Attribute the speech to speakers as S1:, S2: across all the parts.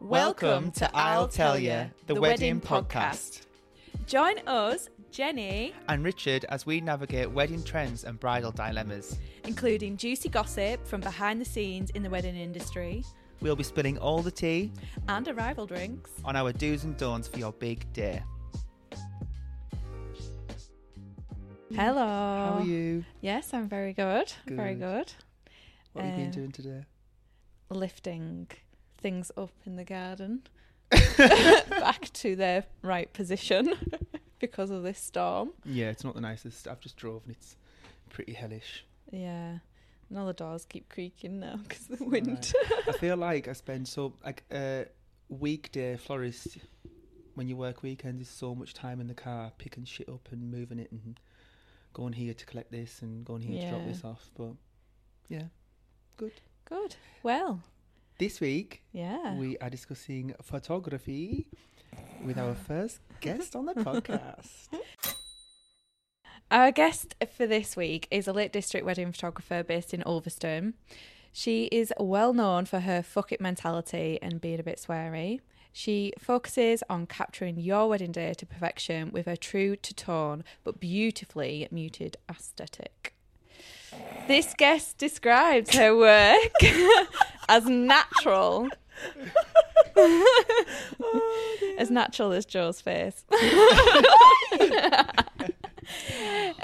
S1: Welcome to I'll Tell Ya, the wedding podcast.
S2: Join us, Jenny,
S1: And Richard as we navigate wedding trends and bridal dilemmas.
S2: including juicy gossip from behind the scenes in the wedding industry
S1: We'll be spilling all the tea
S2: and arrival drinks.
S1: on our do's and don'ts for your big day.
S2: Hello. Oh,
S1: How are you?
S2: Yes, I'm very good. Very good.
S1: What have you been
S2: Um,
S1: doing today?
S2: Lifting things up in the garden back to their right position because of this storm.
S1: Yeah, it's not the nicest. I've just drove and it's pretty hellish.
S2: Yeah. And all the doors keep creaking now because of the wind.
S1: I feel like I spend so like uh, weekday florist when you work weekends is so much time in the car picking shit up and moving it and going here to collect this and going here to drop
S2: Yeah.
S1: this off. But yeah, good.
S2: Good. Well,
S1: This week
S2: yeah.
S1: we are discussing photography with our first guest on the podcast.
S2: Our guest for this week is a Lake District wedding photographer based in Ulverston. She is well known for her fuck it mentality and being a bit sweary. She focuses on capturing your wedding day to perfection with her true to tone but beautifully muted aesthetic. This guest describes her work as natural. as natural as Joe's face.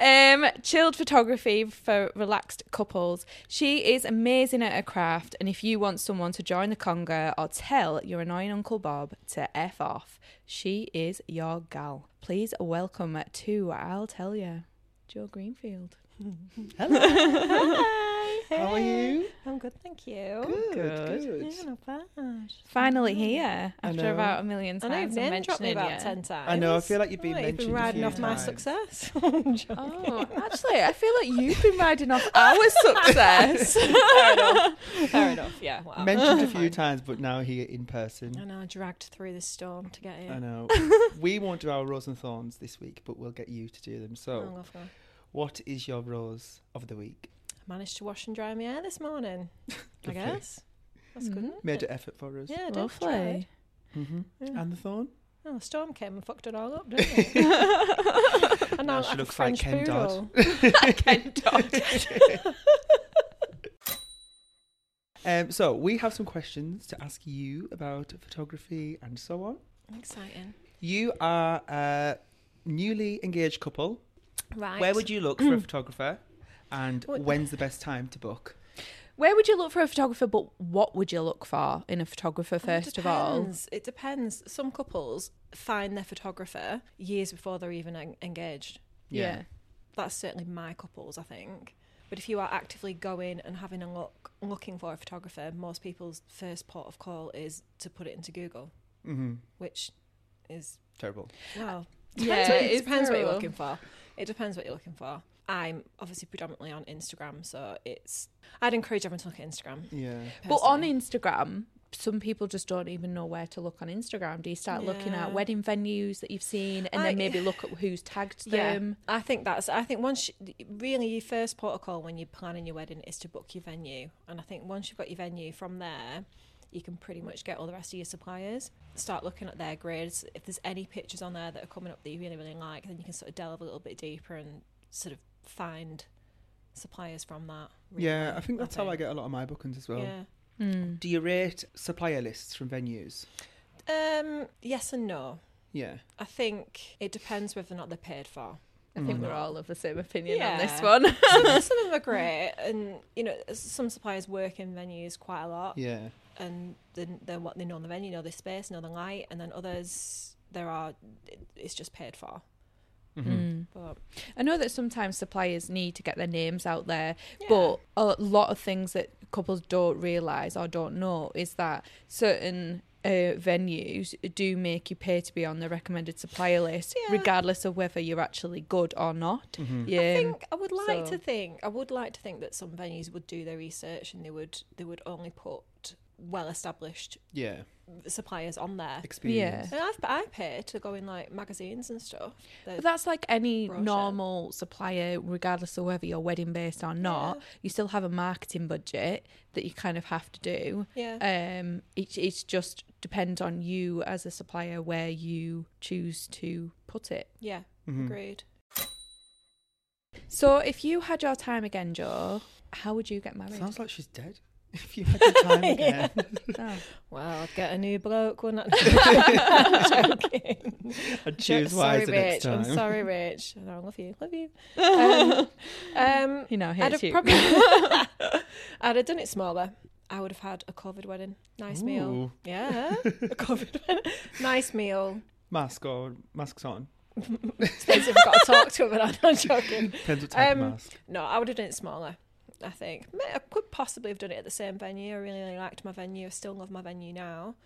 S2: Um, chilled photography for relaxed couples. She is amazing at her craft, and if you want someone to join the conga or tell your annoying Uncle Bob to f off, she is your gal. Please welcome to I'll tell you, Joe Greenfield.
S1: How are you?
S3: I'm good, thank you.
S1: Good,
S3: Oh, Yeah,
S1: good.
S3: not bad.
S2: Finally here after
S1: know.
S2: about a million
S3: Mm. I know
S2: times.
S3: you've
S2: of
S3: name dropped me
S2: mentioning
S3: about
S2: you.
S3: ten times.
S1: I know, I feel like you've been
S3: Right,
S1: mentioned a
S3: You've been riding
S1: few
S3: off my
S1: times.
S3: success.
S2: Oh, actually, I feel like you've been riding off our success.
S3: fair enough. Fair enough. Yeah. Wow.
S1: Mentioned a few
S3: Fine.
S1: times, but now here in person.
S3: I know. I dragged through the storm to get
S1: I
S3: here.
S1: know. we won't do our rose and thorns this week, but we'll get you to do them.
S3: Oh,
S1: So,
S3: lovely.
S1: what is your rose of the week?
S3: I managed to wash and dry my hair this morning. I
S1: Lovely.
S3: guess that's good.
S2: Mhm.
S3: isn't
S1: Made
S3: it?
S1: an effort for us.
S3: Yeah, I did, tried.
S2: Lovely.
S1: Mm-hmm.
S3: Yeah.
S1: And the thorn?
S3: Oh, the storm came and fucked it all up, didn't it? and
S1: Now
S3: now
S1: she
S3: she
S1: looks
S3: looks
S1: like
S3: French
S1: Ken Dodd.
S3: poodle.
S1: Um, so, we have some questions to ask you about photography and so on.
S3: Exciting.
S1: You are a newly engaged couple.
S3: Right.
S1: Where would you look for a photographer? And
S3: Mm. What-
S1: when's the best time to book?
S2: Where would you look for a photographer? But what would you look for in a photographer,
S3: Well, it
S2: first of all?
S3: depends. It depends. Some couples find their photographer years before they're even en- engaged. That's certainly my couples, I think. But if you are actively going and having a look, looking for a photographer, most people's first port of call is to put it into Google,
S1: Mm-hmm.
S3: which is
S1: Terrible.
S3: well,
S2: Uh, Yeah,
S3: depends what-
S2: it's
S3: it depends what you're
S2: terrible.
S3: looking for. It depends what you're looking for. I'm obviously predominantly on Instagram, so it's. I'd encourage everyone to look at Instagram.
S1: Yeah.
S2: But on
S3: personally.
S2: Instagram, some people just don't even know where to look on Instagram. Do you start looking at
S3: Yeah.
S2: wedding venues that you've seen and
S3: I-
S2: then maybe look at who's tagged them?
S3: I think that's. I think once you- really your first protocol when you're planning your wedding is to book your venue, and I think once you've got your venue from there, you can pretty much get all the rest of your suppliers. Start looking at their grids. If there's any pictures on there that are coming up that you really really like, then you can sort of delve a little bit deeper and sort of find suppliers from that. really,
S1: Yeah, I think that's how I get a lot of my bookings as well.
S3: Yeah.
S2: Mm.
S1: Do you rate supplier lists from venues?
S3: Um. Yes and no.
S1: Yeah.
S3: I think it depends whether or not they're paid for.
S2: I think
S1: Mm.
S2: we're all of the same opinion on this
S3: Yeah.
S2: one.
S3: some, some of them are great, and you know, some suppliers work in venues quite a lot.
S1: Yeah.
S3: and then then what they know on the venue, know the space, know the light, and then others there are it- it's just paid for.
S1: Mm-hmm.
S2: Mm.
S3: But
S2: I know that sometimes suppliers need to get their names out there,
S3: Yeah.
S2: but a lot of things that couples don't realise or don't know is that certain uh, venues do make you pay to be on the recommended supplier list,
S3: Yeah. Mm.
S2: regardless of whether you're actually good or not.
S1: Mm-hmm.
S2: Yeah.
S3: I think I would like
S2: um, so-
S3: to think I would like to think that some venues would do their research and they would they would only put well established
S1: Yeah.
S3: suppliers on there.
S1: Experience.
S3: And I've I pay to go in like magazines and stuff. They're-
S2: But that's like any
S3: Brochure.
S2: normal supplier, regardless of whether you're wedding based or not.
S3: Yeah.
S2: You still have a marketing budget that you kind of have to do.
S3: yeah.
S2: Um, it it's just depends on you as a supplier where you choose to put it.
S3: yeah.
S2: Hmm.
S1: Mhm.
S3: Agreed.
S2: So if you had your time again, Joe, how would you get married?
S1: Sounds like she's dead. If you had the time again.
S2: Oh.
S3: Well, I'd get a new bloke. We're not joking.
S1: I'd choose
S3: sorry,
S1: wise the
S3: Rich.
S1: next time.
S3: I'm sorry, Rich. No, I love you. Love you. Um, um,
S2: You know,
S3: I'd
S2: hates
S3: have
S2: you.
S3: probably I'd have done it smaller. I would have had a COVID wedding. Nice meal.
S1: Ooh.
S3: Yeah. a COVID wedding. Nice meal.
S1: Mask or masks on.
S3: Depends if I've got to talk to him, but I'm not joking.
S1: Depends what type
S3: Um,
S1: of mask.
S3: No, I would have done it smaller. I think May- I could possibly have done it at the same venue. I really, really liked my venue. I still love my venue now,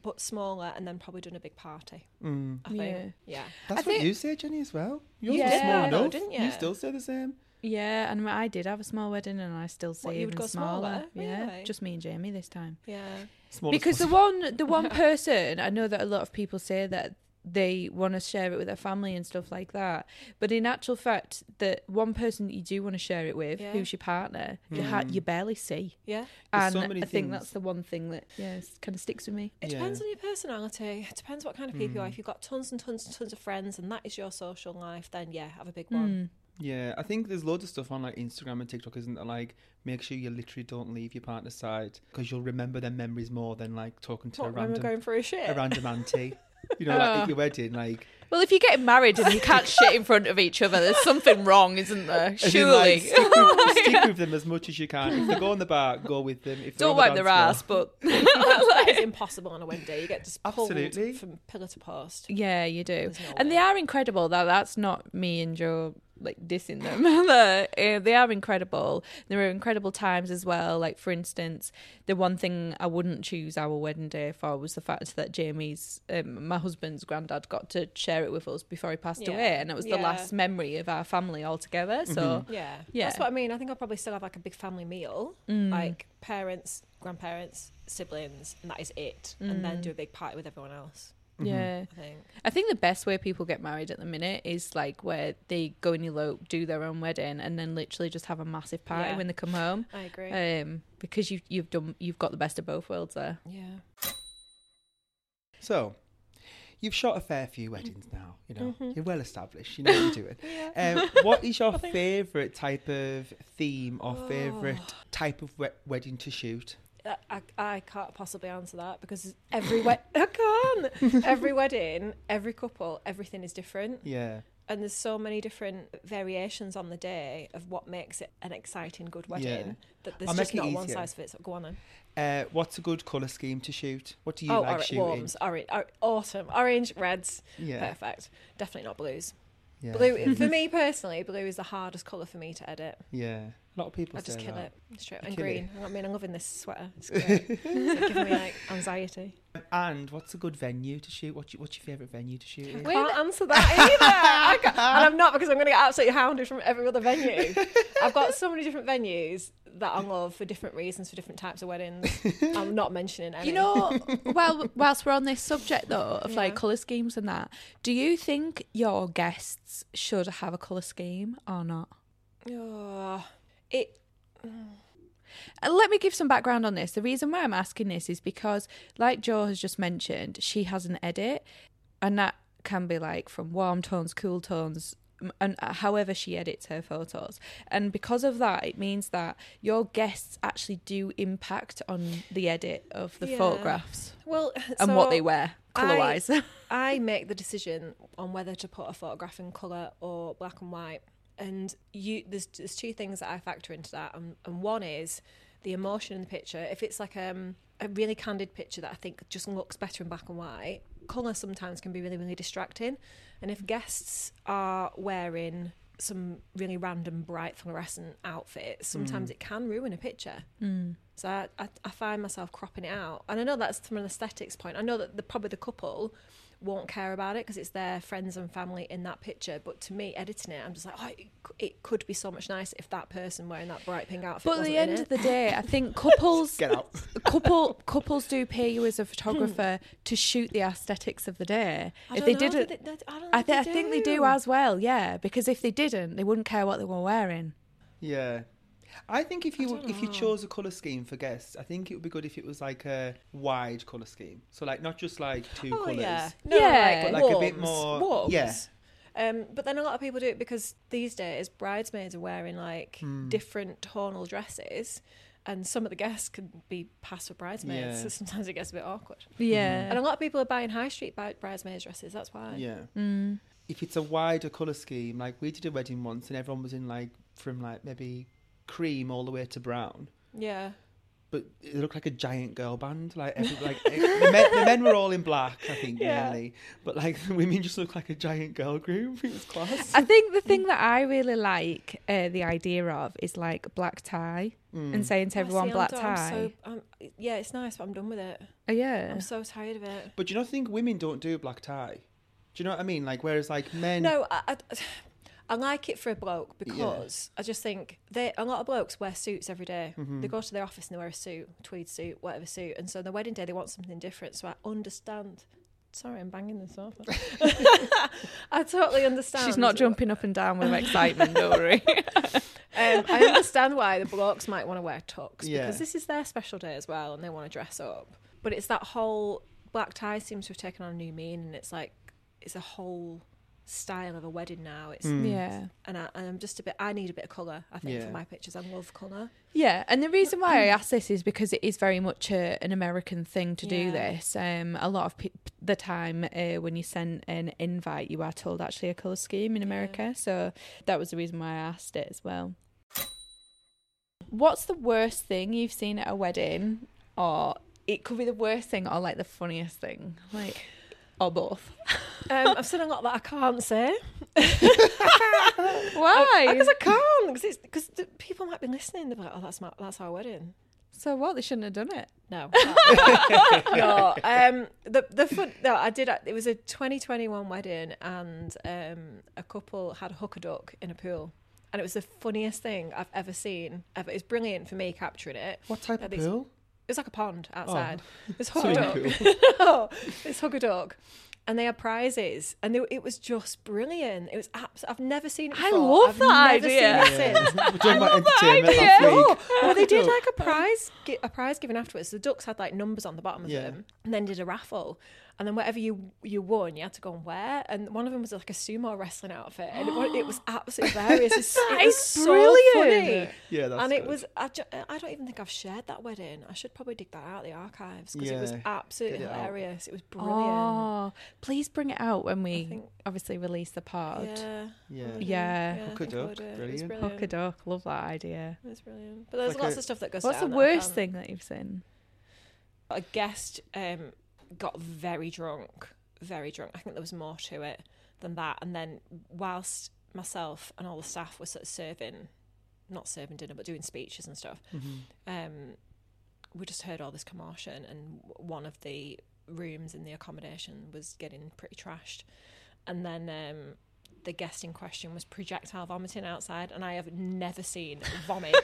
S3: but smaller, and then probably done a big party.
S1: Mm.
S3: I think. Yeah.
S1: That's what
S2: think-
S1: you say, Jenny, as well. Yours
S2: Yeah,
S1: was small
S2: I
S3: know,
S1: enough.
S3: didn't
S1: you?
S3: ya?
S1: still say the same.
S2: yeah, and I did have a small wedding, and I still say
S3: What, you would
S2: even
S3: go
S2: smaller.
S3: smaller?
S2: Yeah,
S3: Really?
S2: just me and Jamie this time.
S3: Yeah.
S1: Small
S2: because the one the one person I know that a lot of people say that they want to share it with their family and stuff like that. But in actual fact, the one person that you do want to share it with,
S3: Yeah.
S2: who's your partner, you, ha- you barely see.
S3: Yeah.
S1: Hmm. There's
S2: And
S1: so
S2: I
S1: many
S2: think
S1: things.
S2: that's the one thing that yeah kind of sticks with me.
S3: It
S1: Yeah.
S3: depends on your personality. It depends what kind of people
S2: Mm.
S3: you are. If you've got tons and tons and tons of friends and that is your social life, then yeah, have a big
S2: Mm.
S3: one.
S1: Yeah, I think there's loads of stuff on like Instagram and TikTok, isn't there? Like, make sure you literally don't leave your partner's side because you'll remember their memories more than like talking to a
S3: What, when we're
S1: random
S3: going for a shit.
S1: a random auntie. You know, like
S2: Oh.
S1: at your wedding, like
S2: Well, if you get married and you can't shit in front of each other, there's something wrong, isn't there?
S1: as in,
S2: Surely.
S1: like, stick, with, stick with them as much as you can. If they go on the bar, go with them. If they're
S2: Don't
S1: on
S2: wipe
S1: the
S2: their
S1: dance
S2: ass,
S1: floor-
S2: but
S3: that is impossible on a wedding day. You get just pulled
S1: Absolutely.
S3: from pillar to post.
S2: Yeah, you do.
S3: There's no
S2: and they
S3: way.
S2: are incredible. That that's not me and Joe like dissing them. They're- eh, they are incredible. There were incredible times as well. Like for instance, the one thing I wouldn't choose our wedding day for was the fact that Jamie's um, my husband's granddad got to share it with us before he passed
S3: Yeah.
S2: away, and it was the
S3: Yeah. Mm-hmm.
S2: last memory of our family altogether. So
S3: Yeah.
S2: Yeah. Mm.
S3: That's what I mean. I think I'll probably still have like a big family meal, like parents, grandparents, siblings, and that is it. And
S2: Mm.
S3: then do a big party with everyone else,
S1: Mm-hmm.
S2: yeah,
S3: I think.
S2: I think the best way people get married at the minute is like where they go and elope, do their own wedding, and then literally just have a massive party
S3: Yeah.
S2: when they come home.
S3: I agree.
S2: um because you you've done you've got the best of both worlds there
S3: yeah.
S1: So, you've shot a fair few weddings now. You know,
S2: Mm-hmm.
S1: you're well established. You know what you're doing.
S3: Yeah.
S1: Um, what is your
S3: I think-
S1: favourite type of theme or favourite
S2: Oh.
S1: type of we- wedding to shoot?
S3: I, Uh, I, I can't possibly answer that because every wed- I can't. Every wedding, every couple, everything is different,
S1: Yeah.
S3: and there's so many different variations on the day of what makes it an exciting, good wedding.
S1: Yeah.
S3: That there's
S1: I'll
S3: just
S1: make it
S3: not one
S1: easier.
S3: size fits. Go on then.
S1: Uh, what's a good colour scheme to shoot? What do you
S3: oh,
S1: like
S3: orange,
S1: shooting?
S3: warms, orange, autumn, orange, reds,
S1: Yeah.
S3: perfect. Definitely not blues.
S1: yeah.
S3: Blue for me personally, blue is the hardest colour for me to edit.
S1: Yeah. A lot of people
S3: I just
S1: say
S3: kill
S1: that.
S3: it straight
S1: You
S3: and
S1: kill it.
S3: green. I mean, I'm loving this sweater. It's great. it's giving me like anxiety.
S1: And what's a good venue to shoot? What's your, what's your favourite venue to shoot? in?
S3: I can't answer that either. I ca- and I'm not because I'm going to get absolutely hounded from every other venue. I've got so many different venues that I love for different reasons, for different types of weddings. I'm not mentioning any.
S2: you know well whilst we're on this subject though of like
S3: Yeah.
S2: color schemes and that do you think your guests should have a color scheme or not
S3: Oh, it.
S2: Uh, let me give some background on this the reason why i'm asking this is because like joe has just mentioned she has an edit and that can be like from warm tones cool tones m- and uh, however she edits her photos and because of that it means that your guests actually do impact on the edit of the
S3: Yeah.
S2: photographs
S3: Well,
S2: and
S3: so
S2: what they wear
S3: I-
S2: color wise.
S3: I make the decision on whether to put a photograph in colour or black and white. And you, there's, there's two things that I factor into that, and, and one is the emotion in the picture. If it's like um, a really candid picture that I think just looks better in black and white, colour sometimes can be really, really distracting. And if guests are wearing some really random bright fluorescent outfits, sometimes it can ruin a picture.
S2: Hmm.
S3: So I, I, I find myself cropping it out. And I know that's from an aesthetics point. I know that the, probably the couple won't care about it because it's their friends and family in that picture. But to me, editing it, I'm just like, oh, it, c- it could be so much nicer if that person wearing that bright pink outfit.
S2: But at
S3: wasn't
S2: the
S3: in
S2: end
S3: it.
S2: of the day, I think couples
S1: Get out.
S2: couple couples do pay you as a photographer to shoot the aesthetics of the day.
S3: I
S2: if
S3: don't
S2: they
S3: know,
S2: didn't,
S3: did it- I, don't
S2: I, th-
S3: think
S2: I
S3: they
S2: think they do as well. Yeah, because if they didn't, they wouldn't care what they were wearing.
S1: Yeah. I think if you
S3: don't
S1: if you
S3: know.
S1: chose a color scheme for guests, I think it would be good if it was like a wide color scheme. So like not just like two
S3: Oh
S1: colors.
S3: yeah,
S2: Yeah.
S3: like,
S2: But
S1: like a bit
S3: warms,
S1: more-
S3: warms.
S1: yeah.
S3: Um, but then a lot of people do it because these days bridesmaids are wearing like
S1: Hmm.
S3: different tonal dresses, and some of the guests can be passed for bridesmaids.
S1: Yeah.
S3: So sometimes it gets a bit awkward. And
S2: Yeah.
S3: a lot of people are buying high street bi- bridesmaids dresses. That's why.
S1: Yeah.
S3: Mm.
S1: If it's a wider color scheme, like we did a wedding once and everyone was in like from like maybe cream all the way to brown.
S3: Yeah.
S1: But it looked like a giant girl band. Like, every, like the, men, the men were all in black, I think,
S3: Yeah.
S1: mainly. But like the women just looked like a giant girl group. It was class.
S2: I think the thing that I really like uh, the idea of is like black tie and saying to
S3: Oh,
S2: everyone
S3: see, I'm
S2: black
S3: done.
S2: tie.
S3: I'm so, I'm- yeah, it's nice, but I'm done with it.
S2: Oh, yeah.
S3: I'm so tired of it.
S1: But do you not think women don't do black tie? Do you know what I mean? Like whereas like men,
S3: No, I, I, I like it for a bloke because I just think they a lot of blokes wear suits every day.
S2: Mm-hmm.
S3: They go to their office and they wear a suit, tweed suit, whatever suit, and so on the wedding day they want something different. So I understand. Sorry, I'm banging the sofa. I totally understand.
S2: She's not jumping up and down with excitement, don't worry.
S3: Um, I understand why the blokes might want to wear tux
S1: Yeah.
S3: because this is their special day as well, and they want to dress up. But it's that whole black tie seems to have taken on a new meaning. and It's like it's a whole style of a wedding now. It's
S1: Hmm.
S2: yeah.
S3: and I, I'm just a bit. I need a bit of colour. I think
S1: Yeah.
S3: for my pictures, I love colour.
S2: Yeah, and the reason why I ask this is because it is very much a, an American thing to do
S3: Yeah.
S2: this. Um, a lot of pe- the time uh, when you send an invite, you are told actually a colour scheme in America. So that was the reason why I asked it as well. What's the worst thing you've seen at a wedding, or it could be the worst thing, or like the funniest thing, like or both?
S3: Um, I've seen a lot that I can't say.
S2: Why?
S3: Because I can't. Because because people might be listening. They're like, oh, that's my that's our wedding.
S2: so what? They shouldn't have done it.
S3: No, no. Um, the the fun. No, I did. It was a 2021 wedding, and um, a couple had hook a duck in a pool, and it was the funniest thing I've ever seen. Ever. It's brilliant for me capturing it.
S1: what type of
S3: At least-
S1: pool?
S3: It was like a pond outside. This hug a
S1: Oh. Swimming
S3: dog. no, this hug a dog. And they had prizes, and they, it was just brilliant. It was abs- I've never seen it
S2: I
S3: before.
S2: love
S3: I've
S2: that
S3: never
S2: idea.
S3: Seen it since.
S1: We're talking about entertainment last
S2: idea.
S1: week.
S3: Well, they did like a prize, gi- a prize giving afterwards. The ducks had like numbers on the bottom of
S1: Yeah.
S3: them, and then did a raffle. And then whatever you you won, you had to go and wear. And one of them was like a sumo wrestling outfit, and it, wa- it was absolutely hilarious. It's, it was
S2: is
S3: so
S2: brilliant.
S3: funny.
S1: Yeah, that's
S3: and it
S1: good.
S3: was. I, ju- I don't even think I've shared that wedding. I should probably dig that out of the archives because it was
S1: Yeah.
S3: absolutely
S1: Get it out.
S3: hilarious. It was brilliant.
S2: Oh, please bring it out when we
S3: think-
S2: obviously release the pod.
S3: Oh, Yeah.
S1: Yeah.
S3: I would
S2: Yeah.
S1: Hook a
S3: do. I think I
S1: duck,
S3: would do. It was
S1: brilliant.
S3: brilliant.
S2: Hook a duck. Love that idea.
S3: It was brilliant. But there's
S1: Like
S3: lots
S1: a-
S3: of stuff that goes
S2: What's the
S3: down that I
S2: worst
S3: can't-
S2: thing that you've seen?
S3: a guest um got very drunk very drunk i think there was more to it than that and then whilst myself and all the staff were sort of serving not serving dinner but doing speeches and stuff
S1: Mm-hmm.
S3: um we just heard all this commotion and w- one of the rooms in the accommodation was getting pretty trashed and then um the guest in question was projectile vomiting outside and i have never seen vomit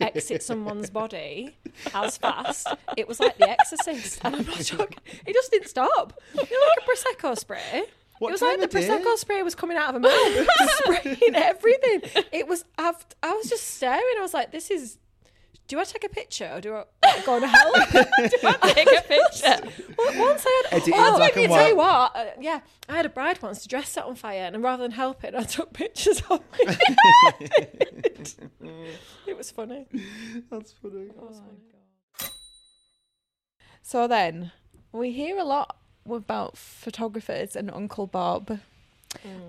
S3: exit someone's body as fast. It was like The Exorcist, and I'm not joking. It just didn't stop. You know, like a prosecco spray.
S1: What
S3: it was
S1: time
S3: like the
S1: of day?
S3: prosecco spray was coming out of a mouth, spraying everything. It was. I've, I was just staring. I was like, "This is. Do I take a picture or do I like, go and help? do I take a picture? once I had.
S1: Edit it in
S3: oh,
S1: black
S3: let me
S1: and
S3: tell you what. uh, yeah, I had a bride once to dress set on fire, and rather than help it, I took pictures of it. it was funny.
S1: That's funny.
S2: So then, we hear a lot about photographers and Uncle Bob.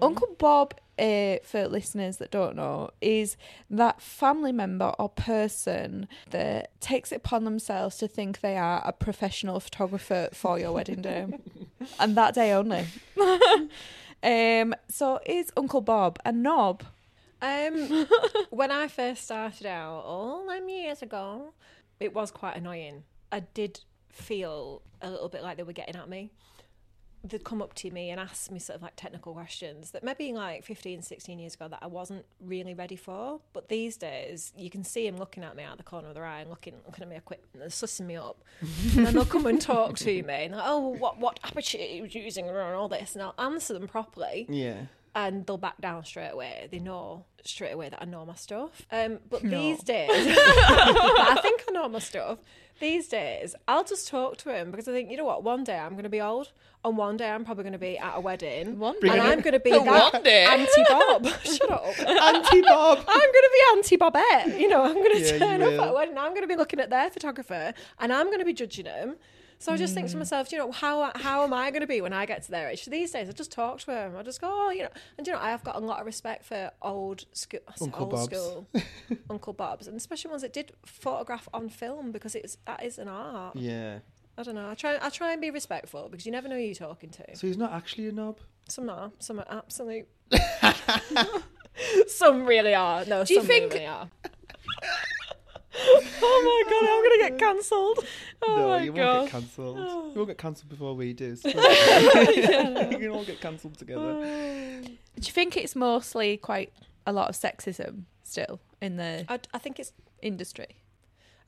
S2: Uncle Bob, uh, for listeners that don't know, is that family member or person that takes it upon themselves to think they are a professional photographer for your wedding day, and that day only. um, so is Uncle Bob a knob?
S3: Um, when I first started out all them years ago, it was quite annoying. I did feel a little bit like they were getting at me. they'd come up to me and ask me sort of like technical questions that maybe like 15 16 years ago that i wasn't really ready for but these days you can see them looking at me out of the corner of their eye and looking looking at me equipment and sussing me up and then they'll come and talk to me and like, oh well, what what aperture are you using and all this and i'll answer them properly
S1: Yeah.
S3: and they'll back down straight away they know straight away that i know my stuff um but these days i think i know my stuff these days i'll just talk to him because i think you know what one day i'm going to be old and one day i'm probably going to be at a wedding
S2: One
S3: and
S2: day.
S3: i'm going to be that
S2: One day.
S3: auntie bob shut up
S1: Auntie Bob.
S3: I'm going to be Auntie Bobette. You know, I'm going to
S1: Yeah, you
S3: turn up
S1: will.
S3: at a wedding. I'm going to be looking at their photographer and I'm going to be judging them. So I just think
S1: Mm.
S3: to myself, you know, how how am I going to be when I get to their age? So these days, I just talk to them. I just go, oh, you know, and do you know, I have got a lot of respect for old school,
S1: Uncle
S3: old
S1: Bobs.
S3: school Uncle Bob's, and especially ones that did photograph on film because it's that is an art.
S1: Yeah.
S3: I don't know. I try I try and be respectful because you never know who you're talking to.
S1: So he's not actually a knob.
S3: Some are, some are absolute. some really are. No,
S2: Do you
S3: some
S2: think-
S3: really are. oh my god, I'm gonna get cancelled. Oh
S1: no,
S3: my
S1: you won't
S3: god.
S1: get cancelled.
S3: Oh.
S1: You won't get cancelled before we do. so- we can all get cancelled together.
S3: Oh.
S2: Do you think it's mostly quite a lot of sexism still in the
S3: I, I think it's
S2: industry?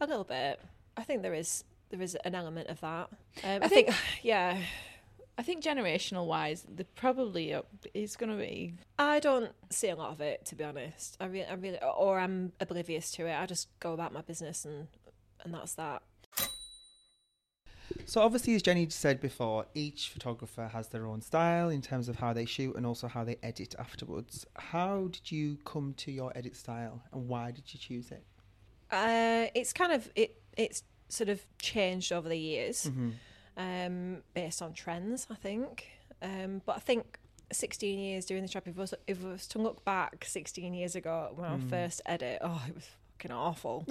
S3: a little bit. I think there is there is an element of that. Um, I,
S2: I
S3: think,
S2: think-
S3: yeah.
S2: I think generational wise, the probably uh, is going to be.
S3: I don't see a lot of it to be honest. I really, I really, or I'm oblivious to it. I just go about my business and and that's that.
S1: So obviously, as Jenny said before, each photographer has their own style in terms of how they shoot and also how they edit afterwards. How did you come to your edit style, and why did you choose it?
S3: Uh, it's kind of it. It's sort of changed over the years.
S1: Mm-hmm.
S3: um, based on trends, I think. Um, but I think 16 years doing this job, if I was, if I was to look back 16 years ago when
S2: Hmm.
S3: I first edit, oh, it was fucking awful.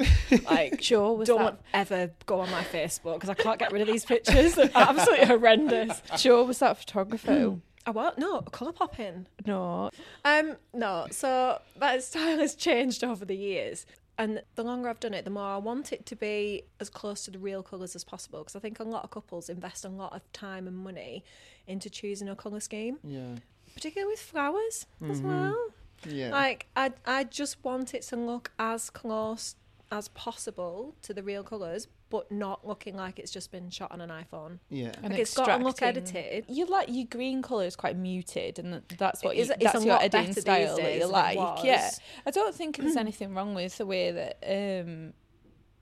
S3: Like,
S2: Sure, was
S3: don't
S2: that
S3: ever go on my Facebook because I can't get rid of these pictures. They're absolutely horrendous.
S2: sure was that photographer?
S3: Oh, what? No, colour popping.
S2: no,
S3: Um, no, so that style has changed over the years. And the longer I've done it, the more I want it to be as close to the real colours as possible. Because I think a lot of couples invest a lot of time and money into choosing a colour scheme,
S1: Yeah,
S3: particularly with flowers as
S2: Mm-hmm.
S3: well.
S1: yeah,
S3: Like, I, I just want it to look as close as possible to the real colours, but not looking like it's just been shot on an iPhone.
S1: yeah.
S2: And
S3: like, it's got to look
S2: extracting-
S3: edited.
S2: You like your green colour is quite muted, and th- that's what you,
S3: It's- it's
S2: that's
S3: a
S2: your
S3: lot better
S2: editing
S3: these
S2: style that
S3: days
S2: you
S3: than it
S2: like.
S3: was. Mm.
S2: Yeah, I don't think there's anything wrong with the way that um,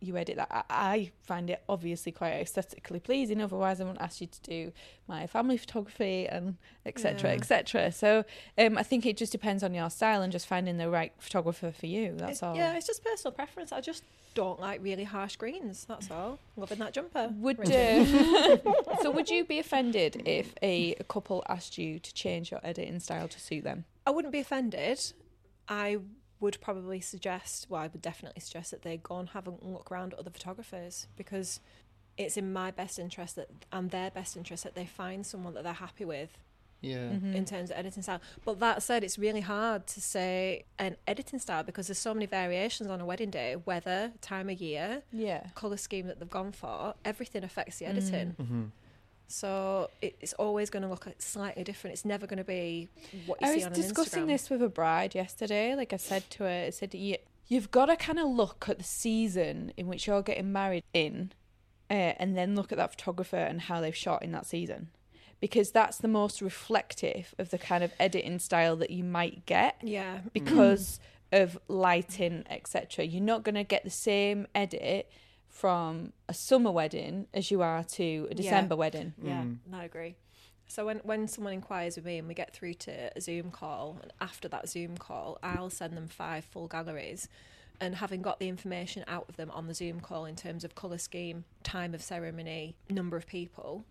S2: you edit that. I, I find it obviously quite aesthetically pleasing. Otherwise, I wouldn't ask you to do my family photography and etc.
S3: Yeah.
S2: etc. So um, I think it just depends on your style and just finding the right photographer for you. That's
S3: It's-
S2: all.
S3: Yeah, it's just personal preference. I just don't like really harsh greens. That's all. Loving that jumper.
S2: Mm. Would
S3: Really.
S2: uh, so? Would you be offended if a couple asked you to change your editing style to suit them?
S3: I wouldn't be offended. I would probably suggest. Well, I would definitely suggest that they go and have a look around at other photographers because it's in my best interest that and their best interest that they find someone that they're happy with
S1: Yeah.
S2: Mm-hmm.
S3: in
S2: Mm.
S3: terms of editing style. But that said, it's really hard to say an editing style because there's so many variations on a wedding day, weather, time of year,
S2: Yeah.
S3: color scheme that they've gone for. Everything affects the editing.
S1: Mm-hmm.
S3: So it, it's always going to look slightly different. It's never going to be what you
S2: I
S3: see
S2: was
S3: on an
S2: discussing
S3: Instagram.
S2: this with a bride yesterday. Like I said to her, I said, you, you've got to kind of look at the season in which you're getting married in uh, and then look at that photographer and how they've shot in that season. Because that's the most reflective of the kind of editing style that you might get
S3: Yeah,
S2: because of lighting, etc. You're not going to get the same edit from a summer wedding as you are to a December wedding.
S3: yeah, no, I agree. So when when someone inquires with me and we get through to a Zoom call, and after that Zoom call, I'll send them five full galleries. And having got the information out of them on the Zoom call in terms of colour scheme, time of ceremony, number of people,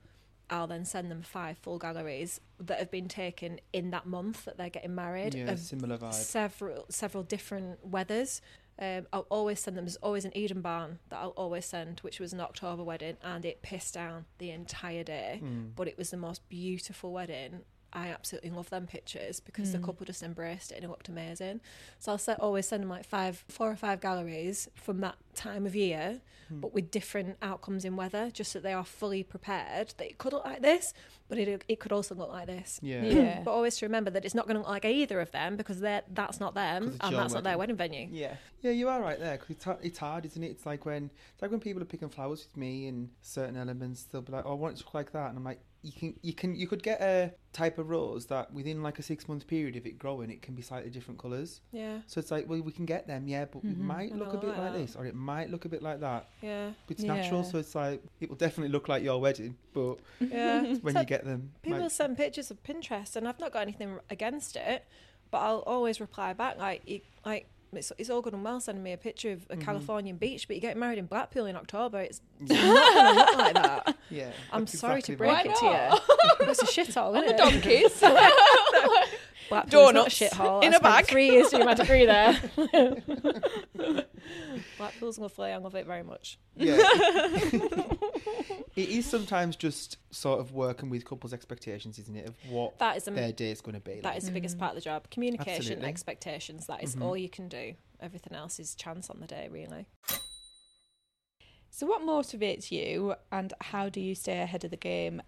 S3: I'll then send them five full galleries that have been taken in that month that they're getting married
S1: Yeah,
S3: of
S1: similar vibe.
S3: several several different weathers. Um, I'll always send them. There's always an Eden barn that I'll always send, which was an
S1: Hmm.
S3: October
S1: Mm.
S3: wedding, and it pissed down the entire day. But it was the most beautiful wedding I absolutely love them pictures because the couple just embraced it and it looked amazing. So I'll se- always send them like five, four or five galleries from that time of year, but with different outcomes in weather, just so they are fully prepared that it could look like this, but it it could also look like this.
S1: Yeah.
S2: Yeah. Yeah.
S3: But always to remember that it's not going to look like either of them because they're, that's not
S1: 'Cause
S3: them and
S1: it's
S3: that's
S1: your
S3: not their wedding venue.
S1: Yeah, yeah, you are right there. 'cause it's hard, it's hard, isn't it? It's like when it's like when people are picking flowers with me and certain elements, they'll be like, "Oh, I want it to look like that," and I'm like, "You can, you can, you could get a type of rose that within like a six month period of it growing, it can be slightly different colours."
S3: Yeah,
S1: So it's like, well, we can get them, yeah, but it might
S3: And
S1: look
S3: Mm-hmm. I
S1: a bit
S3: like
S1: like,
S3: that.
S1: this, or it might look a bit like that.
S3: yeah,
S1: It's natural,
S2: Yeah.
S1: so it's like it will definitely look like your wedding, but
S3: yeah.
S1: it's when
S3: So-
S1: you get them, it
S3: People
S1: might-
S3: send pictures of Pinterest, and I've not got anything against it, but I'll always reply back like, you, like it's, it's all good and well sending me a picture of a
S1: Mm-hmm.
S3: Californian beach, but you get married in Blackpool in October. It's not going to look like that.
S1: yeah.
S3: I'm
S1: that's
S3: sorry
S1: exactly
S3: to break
S1: right.
S2: Why
S3: it to you. It's a shithole,
S2: On the
S3: isn't it?
S2: donkeys.
S3: Blackpool's not a
S2: Donuts
S3: shithole.
S2: in
S3: I
S2: a bag.
S3: spent Three years doing my degree there. Blackpool's lovely. I love it very much.
S1: Yeah. it- it is sometimes just sort of working with couples' expectations, isn't it, of what
S3: That is a
S1: their day is going to be.
S3: Um, That
S1: Like.
S3: is the biggest part of the job. Communication,
S1: Absolutely.
S3: expectations. That is all you can do. Everything else is chance on the day, really.
S2: So, what motivates you and how do you stay ahead of the game?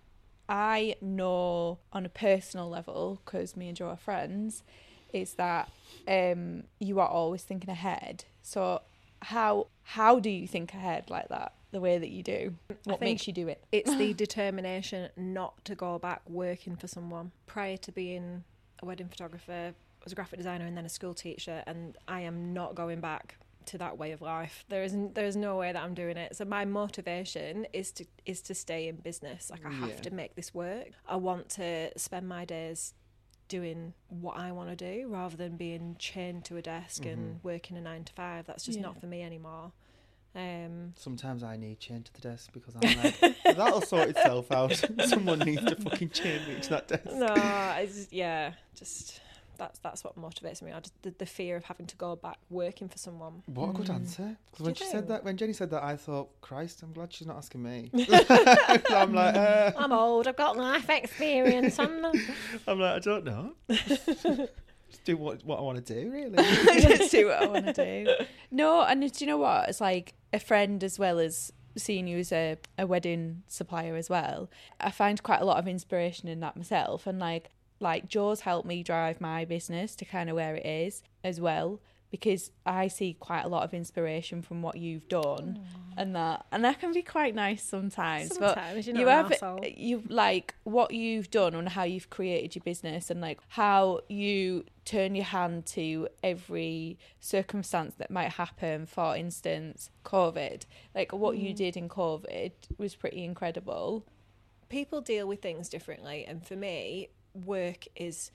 S2: I know on a personal level, because me and Joe are friends, is that um, you are always thinking ahead. So, how how do you think ahead like that? The way that you do, what
S3: think-
S2: makes you do it?
S3: It's the determination not to go back working for someone. Prior to being a wedding photographer, I was a graphic designer and then a school teacher, and I am not going back to that way of life. There isn't. There is no way that I'm doing it. So my motivation is to is to stay in business. Like I have
S1: Yeah.
S3: to make this work. I want to spend my days doing what I want to do rather than being chained to a desk and
S1: Mm-hmm.
S3: working a nine to five. That's just
S2: Yeah.
S3: not for me anymore. Um,
S1: Sometimes I need chain to the desk because I'm like, that'll sort itself out. Someone needs to fucking chain me to that desk.
S3: no, it's just, yeah, just that's that's what motivates me. I just the, the fear of having to go back working for someone.
S1: What a good answer. 'Cause when
S3: you
S1: she
S3: think?
S1: said that, when Jenny said that, I thought, Christ, I'm glad she's not asking me. So I'm like, uh,
S3: I'm old. I've got life experience. I'm not-
S1: I'm like, I don't know. Just do what, what I want to do, really.
S2: just do what I want to do. No, and do you know what? It's like a friend as well as seeing you as a, a wedding supplier as well. I find quite a lot of inspiration in that myself, and like like Jaws helped me drive my business to kind of where it is as well because I see quite a lot of inspiration from what you've done and that and that can be quite nice sometimes. but
S3: Sometimes, you're not
S2: you
S3: an
S2: have
S3: arsehole.
S2: you like what you've done and how you've created your business and like how you turn your hand to every circumstance that might happen for instance covid like what you did in covid was pretty incredible
S3: people deal with things differently, and for me, work is.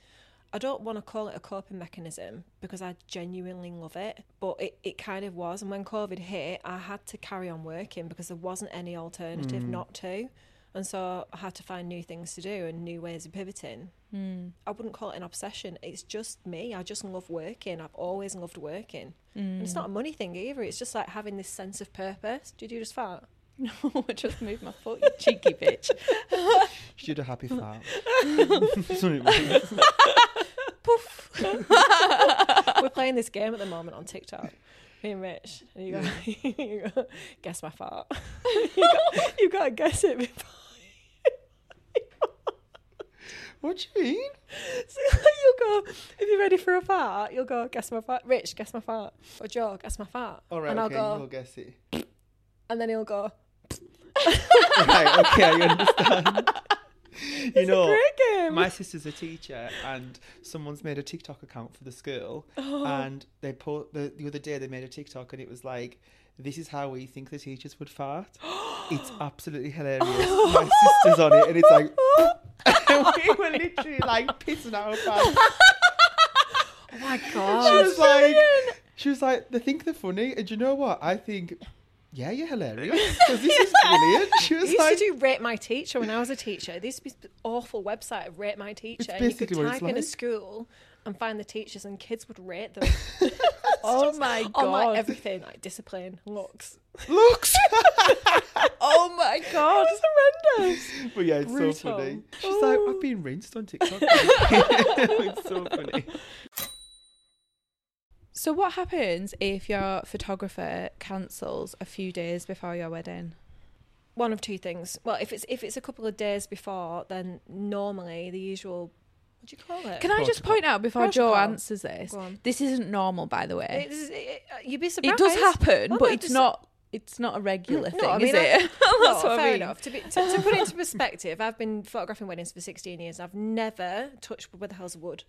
S3: I don't want to call it a coping mechanism because I genuinely love it, but it, it kind of was. And when COVID hit, I had to carry on working because there wasn't any alternative not to. And so I had to find new things to do and new ways of pivoting.
S2: Hmm.
S3: I wouldn't call it an obsession. It's just me. I just love working. I've always loved working. And it's
S1: Mm.
S3: not a money thing either. It's just like having this sense of purpose. Did you just fart?
S2: no i just moved my foot you cheeky bitch
S1: She did a happy fart. Something wrong.
S3: We're playing this game at the moment on TikTok. Me and Rich. And you got, you got guess my fart. you, got, you got to guess it before.
S1: what do you mean?
S3: So you'll go, if you're ready for a fart, you'll go, guess my fart. Rich, guess my fart. Or Joe, guess my fart.
S1: All right,
S3: and
S1: okay,
S3: I'll
S1: you'll
S3: go,
S1: guess it.
S3: and then he'll go,
S1: right, okay, I understand. you know,
S3: great game.
S1: my sister's a teacher, and someone's made a TikTok account for the school, and they po- the, the other day they made a TikTok, and it was like, "This is how we think the teachers would fart." it's absolutely hilarious. my sister's on it, and it's like. we were literally like pissing our pants.
S3: oh my
S1: She
S3: God.
S1: was like, she was like, they think they're funny, and you know what? I think, yeah, you're hilarious. 'Cause this is brilliant. She was
S3: I used
S1: like,
S3: to do Rate My Teacher when I was a teacher. There used to be this awful website of Rate My Teacher. and you could
S1: basically what
S3: type
S1: it's
S3: in a
S1: like.
S3: school and find the teachers, and kids would rate them.
S2: Oh my
S3: on like
S2: god.
S3: everything, like discipline, looks.
S1: Looks.
S2: Oh my god.
S3: It's horrendous.
S1: But yeah, it's so
S3: Brutal. Oh.
S1: funny. She's like, I've been rinsed on TikTok. it's so funny.
S2: So what happens if your photographer cancels a few days before your wedding?
S3: One of two things. Well, if it's if it's a couple of days before, then normally the usual. What do you call it?
S2: Can I just point out before Joe
S3: Protocol.
S2: answers this?
S3: Go on.
S2: This isn't normal by the way.
S3: It's- it- uh, you'd be surprised.
S2: It Oh, does happen,
S3: Well,
S2: but
S3: no,
S2: it's
S3: just-
S2: not it's not a regular
S3: No,
S2: thing,
S3: I
S2: is
S3: mean, I-
S2: it?
S3: No,
S2: That's what
S3: Oh, fair
S2: I mean.
S3: enough. To, be, to, to put it into perspective, I've been photographing weddings for 16 years. I've never touched with the hell's wood.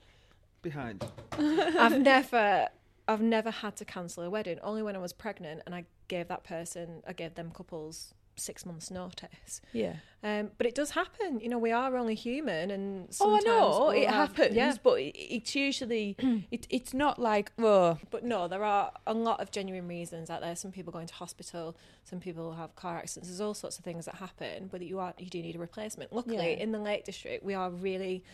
S1: Behind.
S3: I've never, I've never had to cancel a wedding. Only when I was pregnant, and I gave that person, I gave them couples six months notice.
S2: Yeah.
S3: Um, but it does happen. You know, we are only human, and
S2: Oh, I
S3: sometimes
S2: know
S3: we'll
S2: it
S3: have-
S2: happens,
S3: Yeah,
S2: but it, it's usually it, it's not like oh
S3: but no, there are a lot of genuine reasons out there. Some people go into hospital, some people have car accidents. There's all sorts of things that happen, but you are you do need a replacement. Luckily,
S2: Yeah.
S3: in the Lake District, we are really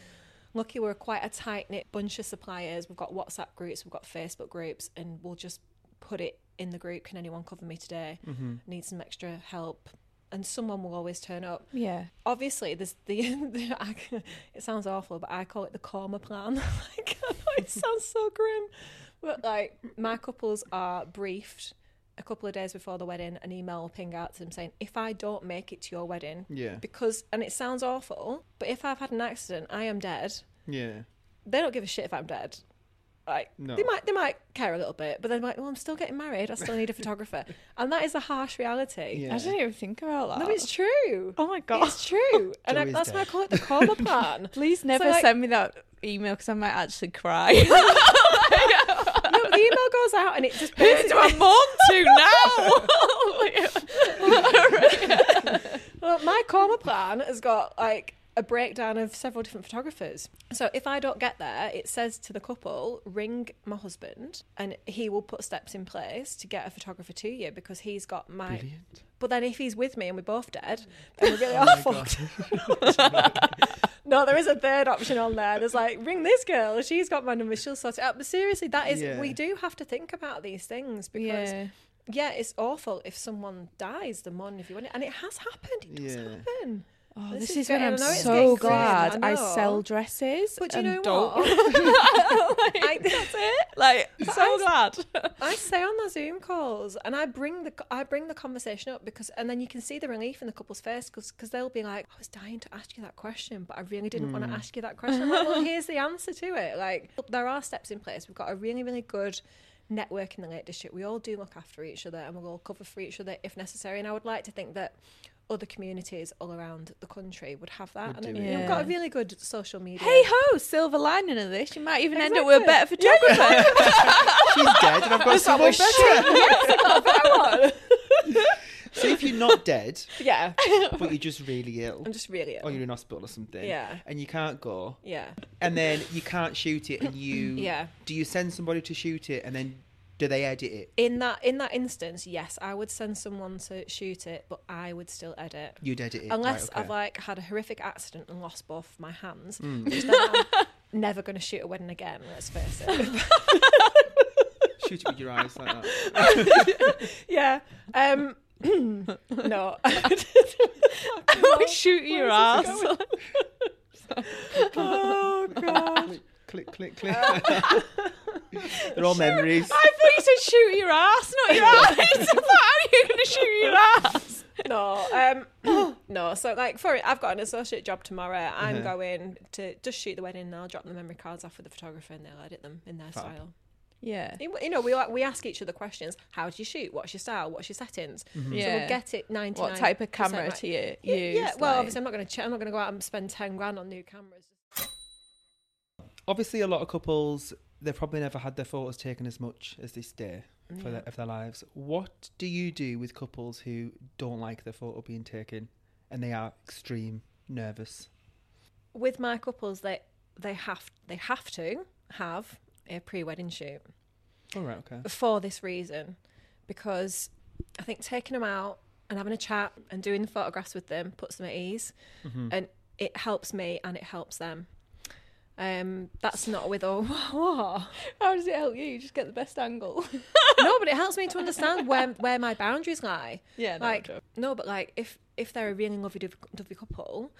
S3: lucky. We're quite a tight knit bunch of suppliers. We've got WhatsApp groups, we've got Facebook groups, and we'll just put it in the group. Can anyone cover me today? Need some extra help, and someone will always turn up.
S2: yeah.
S3: Obviously, there's the, the I, it sounds awful, but I call it the karma plan. like, I know it sounds so grim, but like my couples are briefed a couple of days before the wedding. An email will ping out to them saying, "If I don't make it to your wedding,
S1: Yeah.
S3: because," and it sounds awful, but if I've had an accident, I am dead.
S1: Yeah.
S3: They don't give a shit if I'm dead. Like
S1: No.
S3: they might, they might care a little bit, but they're like, "Well, I'm still getting married. I still need a photographer," and that is a harsh reality.
S1: Yeah.
S2: I didn't even think about that.
S3: No, it's true.
S2: oh my god!
S3: It's true. And I,
S1: Joey's
S3: that's why I
S1: dead.
S3: call it the karma plan.
S2: Please never
S3: like-
S2: send me that email because I might actually cry.
S3: no, but the email goes out and it just
S2: Who do I
S3: basically.
S2: mourn to
S3: Well, my karma plan has got like a breakdown of several different photographers. So if I don't get there, it says to the couple, ring my husband and he will put steps in place to get a photographer to you because he's got my.
S1: Brilliant.
S3: But then if he's with me and we're both dead, then we really are fucked. No, there is a third option on there. There's like, ring this girl. She's got my number. She'll sort it out. But seriously, that is,
S1: Yeah.
S3: we do have to think about these things
S2: now?
S3: because, yeah, it's awful if someone dies the morning if you want it. And it has happened. It does
S1: Yeah.
S3: happen.
S2: Oh,
S3: This
S2: this,
S3: is
S2: is when
S3: getting-
S2: I'm
S3: I know it's
S2: so
S3: getting
S2: glad
S3: grim, I
S2: I,
S3: know.
S2: sell dresses.
S3: But do you
S2: and
S3: know
S2: don't.
S3: what?
S2: I,
S3: I-
S2: that's it. Like so glad.
S3: I say on the Zoom calls, and I bring the I bring the conversation up because, and then you can see the relief in the couple's face because they'll be like, "I was dying to ask you that question, but I really didn't want
S2: Hmm.
S3: to ask you that question." I'm like, well, here's the answer to it. Like, look, there are steps in place. We've got a really, really good network in the Lake District. We all do look after each other, and we'll all cover for each other if necessary. And I would like to think that other communities all around the country would have that.
S1: Would
S3: and
S1: do
S3: it-
S2: it.
S3: we've got a
S2: Yeah.
S3: really good social media.
S2: Hey ho, silver lining of this. You might even end up with a better
S3: Exactly. Yeah,
S2: photographer.
S1: She's dead and I've got so much better. so if you're not dead,
S3: yeah,
S1: but you're just really ill,
S3: I'm just really.
S1: or you're in hospital or something,
S3: Yeah.
S1: and you can't go,
S3: Yeah,
S1: and then you can't shoot it, and you
S3: yeah.
S1: do you send somebody to shoot it, and then do they edit it?
S3: In that in that instance, yes, I would send someone to shoot it, but I would still edit.
S1: You'd edit it,
S3: Unless
S1: right, okay.
S3: I've like had a horrific accident and lost both my hands,
S1: Hmm.
S3: which then I'm never going to shoot a wedding again. Let's face it.
S1: shoot it with your eyes like that.
S3: yeah. Um. no.
S2: I shoot your
S3: Where's
S2: ass.
S3: this
S1: Oh god! click, click, click. click. They're all memories.
S2: I thought you said shoot your ass, not your eyes. I thought, How are you going to shoot your ass?
S3: no. Um. no. So like for it, I've got an associate job tomorrow. I'm
S1: Uh-huh.
S3: going to just shoot the wedding, and I'll drop the memory cards off with the photographer, and they'll edit them in their
S1: Fab.
S3: style.
S2: Yeah.
S3: You you know, we like we ask each other questions. How do you shoot? What's your style? What's your settings? So
S2: Yeah.
S3: we'll get it ninety.
S2: What type of camera
S3: right.
S2: to you
S3: Yeah,
S2: use?
S3: yeah. Well,
S2: like-
S3: obviously, I'm not going to. Ch- I'm not going to go out and spend ten grand on new cameras.
S1: Obviously, a lot of couples they've probably never had their photos taken as much as this day for
S3: Yeah.
S1: their, of their lives. What do you do with couples who don't like their photo being taken and they are extreme nervous?
S3: With my couples, they they have they have to have a pre-wedding shoot
S1: All right, okay.
S3: for this reason, because I think taking them out and having a chat and doing the
S1: Mm-hmm.
S3: photographs with them puts them at ease, and it helps me and it helps them. Um, that's not with all. What?
S2: How does it help you? You just get the best angle.
S3: no, but it helps me to understand where where my boundaries lie.
S2: yeah, no,
S3: Like-
S2: no.
S3: No, but like if if they're a really lovely dovey, dovey couple,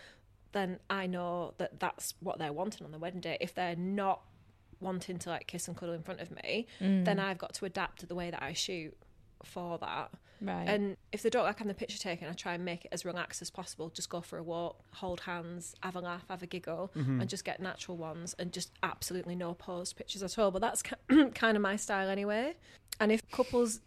S3: then I know that that's what they're wanting on the wedding day. If they're not wanting to like kiss and cuddle in front of me,
S2: Mm.
S3: then I've got to adapt the way that I shoot for that.
S2: Hmm. right.
S3: And if they don't like having the picture taken, I try and make it as relaxed as possible. Just go for a walk, hold hands, have a laugh, have a giggle,
S2: Mm-hmm.
S3: and just get natural ones and just absolutely no posed pictures at all. But that's ki- kind of my style anyway. And if couples,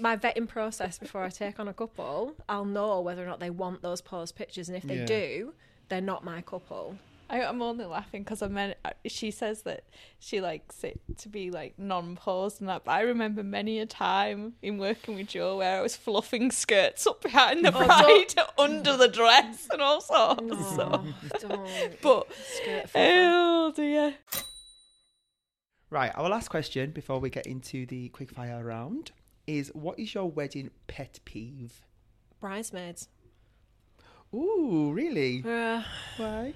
S3: my vetting process before I take on a couple, I'll know whether or not they want those posed pictures. And if they
S1: Yeah.
S3: do, they're not my couple.
S2: I, I'm only laughing because I meant uh, she says that she likes it to be like non-posed and that. But I remember many a time in working with Joe where I was fluffing skirts up behind the bride, under the dress, and all sorts.
S3: No, don't.
S2: Oh, But
S3: Skirt fluffer.
S2: oh dear,
S1: Right, our last question before we get into the quickfire round is what is your wedding pet peeve?
S3: Bridesmaids.
S1: Ooh, really?
S3: Yeah.
S1: Why?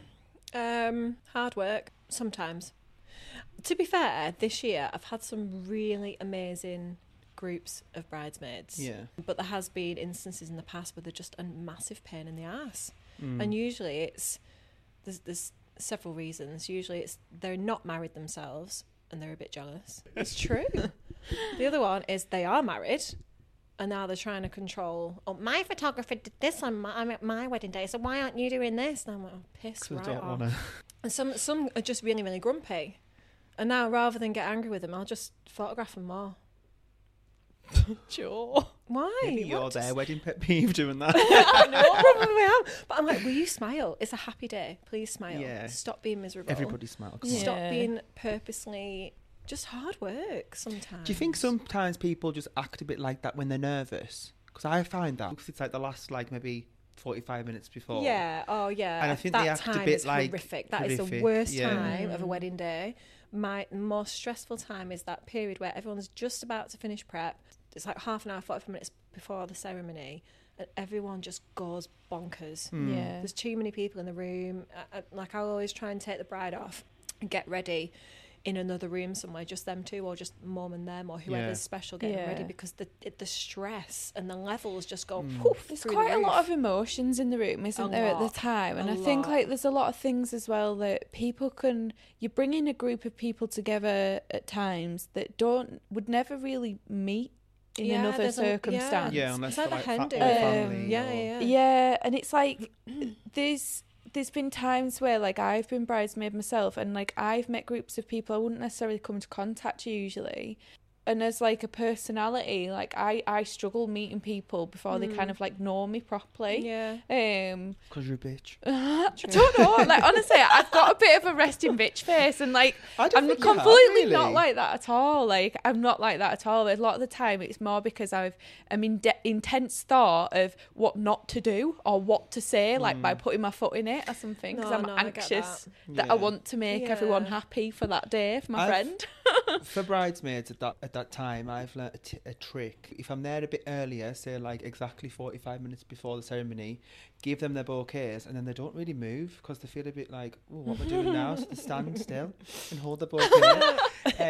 S3: Um, hard work sometimes. To be fair, this year I've had some really amazing groups of bridesmaids.
S1: Yeah.
S3: But there has been instances in the past where they're just a massive pain in the ass,
S1: Hmm. Mm.
S3: and usually it's there's, there's several reasons. Usually it's they're not married themselves and they're a bit jealous. It's true. the other one is they are married. And now they're trying to control. Oh, my photographer did this on my, on my wedding day, so why aren't you doing this? And I'm like, oh, piss
S1: 'Cause I
S3: right
S1: don't
S3: off.
S1: want to.
S3: And some some are just really really grumpy. And now rather than get angry with them, I'll just photograph them more.
S2: Joe.
S3: Why?
S1: Maybe you're
S3: What?
S1: their wedding pet peeve doing that.
S3: I know, probably am. But I'm like, will you smile? It's a happy day. Please smile.
S1: Yeah.
S3: Stop being miserable.
S1: Everybody smiles.
S2: Yeah.
S3: Stop being purposely just hard work sometimes.
S1: Do you think sometimes people just act a bit like that when they're nervous? Because I find that 'cause it's like the last like maybe forty-five minutes before.
S3: Yeah. Oh, yeah.
S1: And I think
S3: that
S1: they act a
S3: time
S1: bit
S3: is
S1: like
S3: horrific. That is the
S1: horrific,
S3: worst
S1: yeah.
S3: time
S2: Mm.
S3: of a wedding day. My most stressful time is that period where everyone's just about to finish prep. It's like half an hour, forty-five minutes before the ceremony, and everyone just goes
S2: Mm.
S3: bonkers.
S1: Hmm.
S2: Yeah.
S3: There's too many people in the room. I, I, like I always try and take the bride off and get ready in another room somewhere, just them two, or just mum and them, or whoever's
S1: Yeah.
S3: special getting ready,
S2: Yeah.
S3: because the it- the stress and the levels just go
S1: Mm.
S3: poof.
S2: There's
S3: through the
S2: quite a lot
S3: roof.
S2: of emotions in the room, isn't
S3: A
S2: there, at
S3: lot.
S2: the time? And
S3: A
S2: I think
S3: lot.
S2: like there's a lot of things as well that people can. You bring in a group of people together at times that don't would never really meet in
S3: Yeah,
S2: another
S3: there's a- yeah.
S2: circumstance.
S1: Yeah,
S3: It's
S1: unless
S3: like
S1: they're,
S3: the hen
S1: like, fa-
S3: do.
S1: or
S2: Um,
S1: family.
S3: yeah,
S1: or-
S3: yeah,
S2: Yeah, and it's like there's there's been times where like I've been bridesmaid myself and like I've met groups of people I wouldn't necessarily come into contact usually. And as like a personality, like I, I struggle meeting people before they
S3: Mm.
S2: kind of like know me properly.
S3: Yeah.
S2: Um
S1: Because you're a bitch.
S2: I don't know. Like honestly, I've got a bit of a resting bitch face, and like
S1: I don't
S2: I'm
S1: think you have,
S2: completely not
S1: really.
S2: like that at all. Like I'm not like that at all. A lot of the time, it's more because I've I'm in de- intense thought of what not to do or what to say, like
S1: Hmm.
S2: by putting my foot in it or something. Because
S3: No,
S2: I'm
S3: no, I get
S2: anxious that.
S1: that.
S2: I
S1: Yeah.
S2: want to make everyone
S3: Yeah.
S2: happy for that day for my
S1: I've-
S2: friend.
S1: For bridesmaids at that at that time, I've learnt a, t- a trick. If I'm there a bit earlier, say like exactly forty five minutes before the ceremony, give them their bouquets, and then they don't really move because they feel a bit like, oh, what am I doing now? So they stand still and hold the bouquet.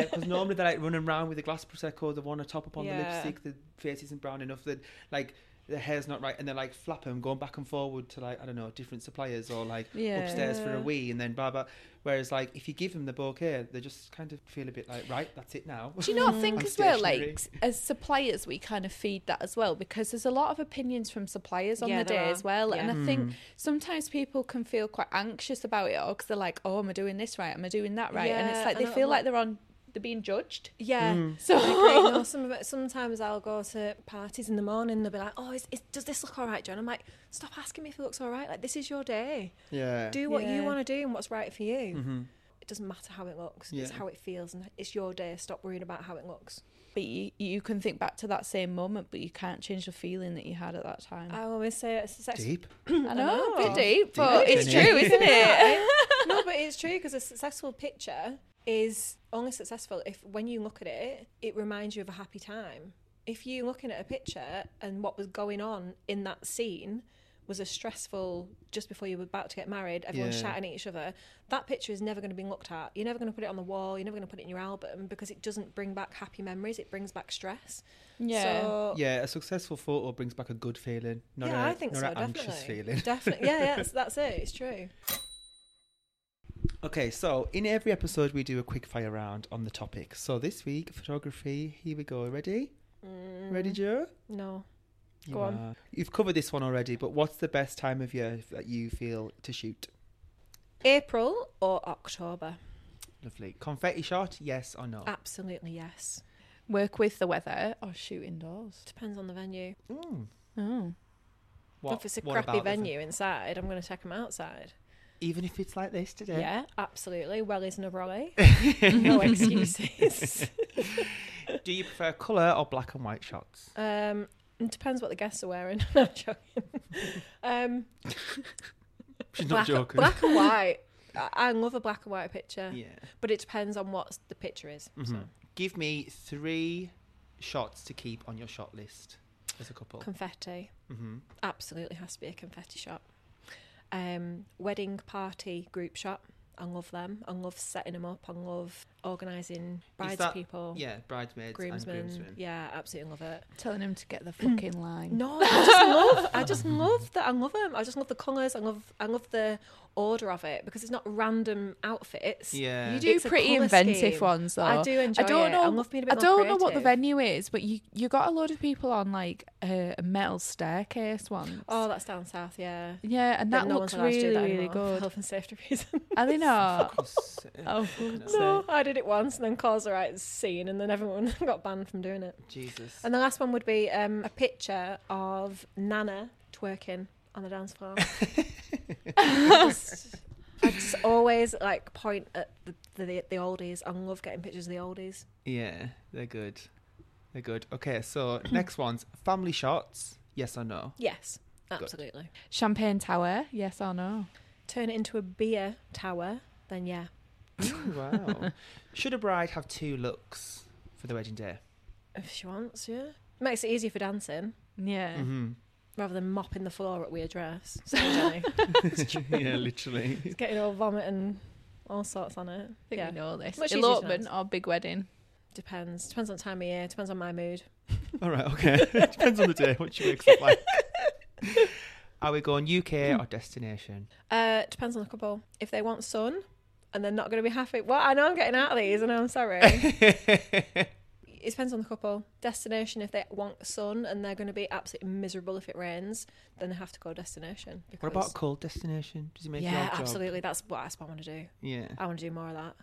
S1: Because normally they're like running around with a glass prosecco, they want to top up on the
S3: Yeah.
S1: lipstick, the face isn't brown enough, that like their hair's not right, and they're like flapping, going back and forward to like I don't know different suppliers or like
S2: Yeah.
S1: upstairs for
S3: Yeah.
S1: a wee, and then blah blah. Whereas, like, if you give them the bouquet, they just kind of feel a bit like, right, that's it now.
S2: Do you not think
S1: I'm
S2: as well,
S1: stationary.
S2: like s- as suppliers, we kind of feed that as well because there's a lot of opinions from suppliers on the
S3: Yeah, there
S2: day
S3: are.
S2: as well, and
S3: Yeah.
S2: I think sometimes people can feel quite anxious about it, or because they're like, "Oh, am I doing this right? Am I doing that right?" and
S3: Yeah,
S2: it's like
S3: and
S2: they
S3: I-
S2: feel like they're on, they're being judged.
S3: Yeah.
S1: Mm.
S2: So
S3: I agree. No, some of it, sometimes I'll go to parties in the morning and they'll be like, oh, is, is, does this look all right, John? I'm like, stop asking me if it looks all right. Like, this is your day.
S1: yeah, Mm-hmm.
S3: Do what
S2: Yeah.
S3: you want to do and what's right for you. It doesn't matter how it looks. It's
S1: Yeah.
S3: how it feels and it's your day. Stop worrying about how it looks.
S2: but you, you can think back to that same moment, but you can't change the feeling that you had at that time.
S3: I always say it's a sex...
S1: deep.
S2: I know, a
S3: know.
S2: bit deep, but
S1: Deep,
S2: it's
S1: isn't it?
S2: true, isn't it?
S3: no, but it's true because a successful picture is only successful if when you look at it, it reminds you of a happy time. If you're looking at a picture and what was going on in that scene was a stressful just before you were about to get married, everyone
S1: Yeah.
S3: shouting at each other, that picture is never going to be looked at. You're never going to put it on the wall. You're never going to put it in your album because it doesn't bring back happy memories. It brings back stress.
S2: Yeah.
S3: So,
S1: Yeah, a successful photo brings back a good feeling, not
S3: yeah,
S1: a
S3: I think
S1: not
S3: so.
S1: an anxious
S3: definitely.
S1: feeling.
S3: Definitely. Yeah, yeah, that's, that's it. It's true.
S1: Okay, so in every episode we do a quick fire round on the topic. So this week, photography. Here we go. Ready?
S3: Mm-hmm.
S1: Ready, Joe?
S3: Mm, No.
S1: You
S2: Go on.
S1: are. You've covered this one already, but what's the best time of year that you feel to shoot?
S3: April or October?
S1: Lovely. Confetti shot? Yes or
S3: Ah.
S1: no?
S3: Absolutely yes.
S2: Work with the weather or shoot indoors.
S3: Depends on the venue.
S1: Mm.
S2: Oh.
S1: What,
S3: if it's a
S1: what
S3: crappy
S1: about the-
S3: venue inside, I'm going to take them outside.
S1: even if it's like this
S3: Yeah,
S1: today.
S3: absolutely. Well, isn't a brolly. no excuses.
S1: Do you prefer colour or black and white shots?
S3: um, it depends what the guests are wearing. No, I'm joking. Um,
S1: She's
S3: black, black and white. I, I love a black and white picture,
S1: Yeah.
S3: but it depends on what the picture is. So.
S1: Mhm. Give me three shots to keep on your shot list as a couple.
S3: Confetti.
S1: mm-hmm.
S3: Absolutely has to be a confetti shot. Um, wedding party group shot. I love them. I love setting them up. I love organising
S1: Is
S3: brides
S1: that-
S3: people,
S1: Yeah, bridesmaids
S3: groomsmen.
S1: and groomsmen.
S3: Yeah, absolutely love it.
S2: Telling him to get the fucking line.
S3: No, I just love. I just love that. I love them. I just love the colours. I love. I love the order of it because it's not random outfits.
S1: Yeah.
S2: You do
S3: It's a
S2: pretty
S3: colour
S2: inventive
S3: scheme.
S2: ones though.
S3: I do enjoy
S2: I don't
S3: it.
S2: know.
S3: I love being a bit
S2: I
S3: more
S2: don't know what the
S3: creative.
S2: venue is, but you you got a load of people on like a a metal staircase once.
S3: Oh, that's down south. Yeah.
S2: yeah, and that
S3: But no
S2: looks
S3: one's allowed to do
S2: really
S3: that
S2: really
S3: anymore For
S2: good.
S3: health and safety reasons.
S2: Are they not?
S1: Cons-
S2: oh, for God's
S3: no,
S2: sake.
S3: I did it once, and then caused a right scene, and then everyone got banned from doing it.
S1: Jesus.
S3: And the last one would be um, a picture of Nana twerking on the dance floor. I, just, I just always like point at the, the the oldies. I love getting pictures of the oldies.
S1: Yeah, they're good. They're good. Okay, so next one's family shots. Yes or no?
S3: Yes, absolutely.
S2: Champagne Tower, yes or no?
S3: Turn it into a beer tower, then yeah.
S1: Ooh, wow. Should a bride have two looks for the wedding day?
S3: If she wants, yeah. Makes it easier for dancing Eh.
S2: Yeah.
S1: Mm-hmm.
S3: rather than mopping the floor up with your dress. So Jenny,
S1: yeah, literally.
S3: it's getting all vomit and all sorts on it.
S2: I think
S3: yeah.
S2: we know this.
S3: Much easier to
S2: Elopement
S3: dance.
S2: or big wedding?
S3: Depends. Depends on time of year. Depends on my mood.
S1: All right, okay. Depends on the day, what she wakes up like. Are we going
S2: Hmm.
S1: UK or destination?
S3: Uh, depends on the couple. If they want sun and they're not going to be happy, well, I know I'm getting out of these, and I'm sorry. it depends on the couple. Destination. If they want sun and they're going to be absolutely miserable if it rains, then they have to go destination.
S1: What
S3: because-
S1: about cold destination? Does it make your
S3: yeah,
S1: job?
S3: absolutely. That's what that's what I want to do.
S1: Yeah.
S3: I want to do more of that.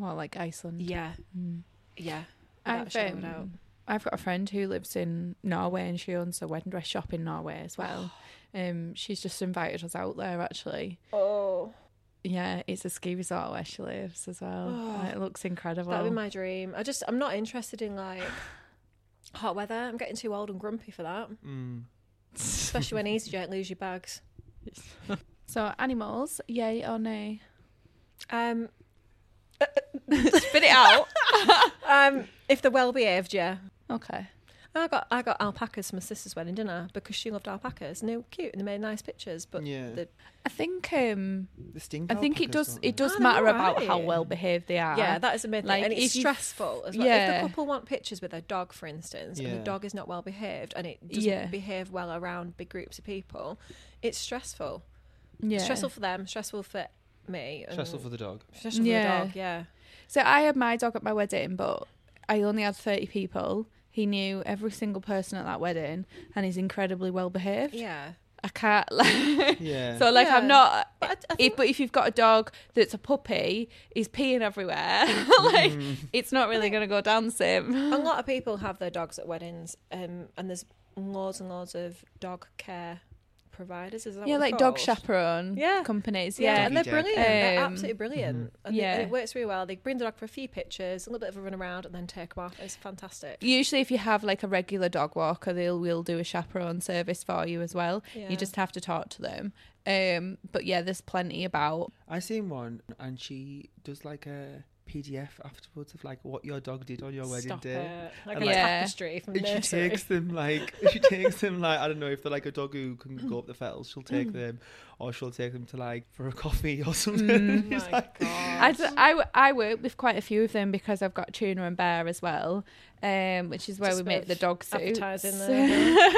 S2: Or like Iceland?
S3: Yeah,
S2: Mm.
S3: yeah. Without a
S2: I've,
S3: shadow of a doubt.
S2: um, I've got a friend who lives in Norway and she owns a wedding dress shop in Norway as well. um, she's just invited us out there actually.
S3: Oh,
S2: Yeah, it's a ski resort where she lives as well. Uh,
S3: Oh,
S2: it looks incredible.
S3: that'd be my dream. I just I'm not interested in like hot weather. I'm getting too old and grumpy for that.
S1: Mm.
S3: Especially when EasyJet lose your bags.
S2: so animals, yay or nay?
S3: Um,
S2: Spit it out.
S3: um, if they're well behaved, yeah.
S2: okay.
S3: I got I got alpacas for my sister's wedding, didn't I? Because she loved alpacas and they were cute and they made nice pictures. But
S1: yeah.
S3: the-
S2: I think um
S1: The sting.
S2: I think it
S1: alpacas,
S2: does
S1: don't
S2: it
S1: they?
S2: does
S3: Ah, they're
S2: matter about
S3: alright.
S2: how well behaved they are.
S3: yeah, that is a myth.
S2: Ah. Like,
S3: Like, and
S2: if
S3: it's
S2: you-
S3: stressful as well.
S2: Yeah.
S3: If the couple want pictures with their dog, for instance, and
S1: Yeah.
S3: the dog is not well behaved and it doesn't
S2: Yeah.
S3: behave well around big groups of people, it's stressful.
S2: yeah.
S3: It's stressful for them, stressful for me, and
S2: uh,
S1: Stressful for the dog.
S3: stressful for
S2: Yeah.
S3: the dog. Yeah,
S2: So I had my dog at my wedding, but I only had 30 people. He knew every single person at that wedding and he's incredibly well behaved.
S3: yeah.
S2: I can't like
S1: Yeah.
S2: So like I'm
S3: Yeah.
S2: not
S3: But I, I think
S2: if, but if you've got a dog that's a puppy, he's peeing everywhere. like
S1: Mm.
S2: it's not really going to go down the same.
S3: a lot of people have their dogs at weddings, um, and there's loads and loads of dog care providers. Is that
S2: Yeah,
S3: what they're
S2: like dog
S3: called?
S2: chaperone
S3: Yeah.
S2: companies.
S3: Yeah,
S2: Yeah.
S3: and they're
S1: Doggy mm-hmm.
S3: brilliant.
S1: dog,
S2: yeah.
S3: they're
S2: Um,
S3: absolutely brilliant. And
S2: Yeah.
S3: yeah. it works really well. They bring the dog for a few pictures, a little bit of a run around, and then take them off. It's fantastic.
S2: Usually, if you have like a regular dog walker, they'll will do a chaperone service for you as well.
S3: Yeah.
S2: You just have to talk to them. Um, but yeah, there's plenty about.
S1: I seen one, and she does like a PDF afterwards of like what your dog did on your wedding
S3: Stop
S1: day.
S3: it. Like
S1: And
S3: a
S2: like- Yeah.
S3: tapestry from
S1: And she
S3: nursery.
S1: takes them like she takes them like I don't know if they're like a dog who can go up the fells. She'll
S2: Hmm.
S1: take them, or she'll take them to like for a coffee or something.
S2: Mm.
S1: It's
S3: Oh My
S1: like-
S3: God.
S2: I, d- I w- I work with quite a few of them because I've got Tuna and Bear as well, um, which is where
S3: Just
S2: we make
S3: with
S2: the dog suits.
S3: advertising there,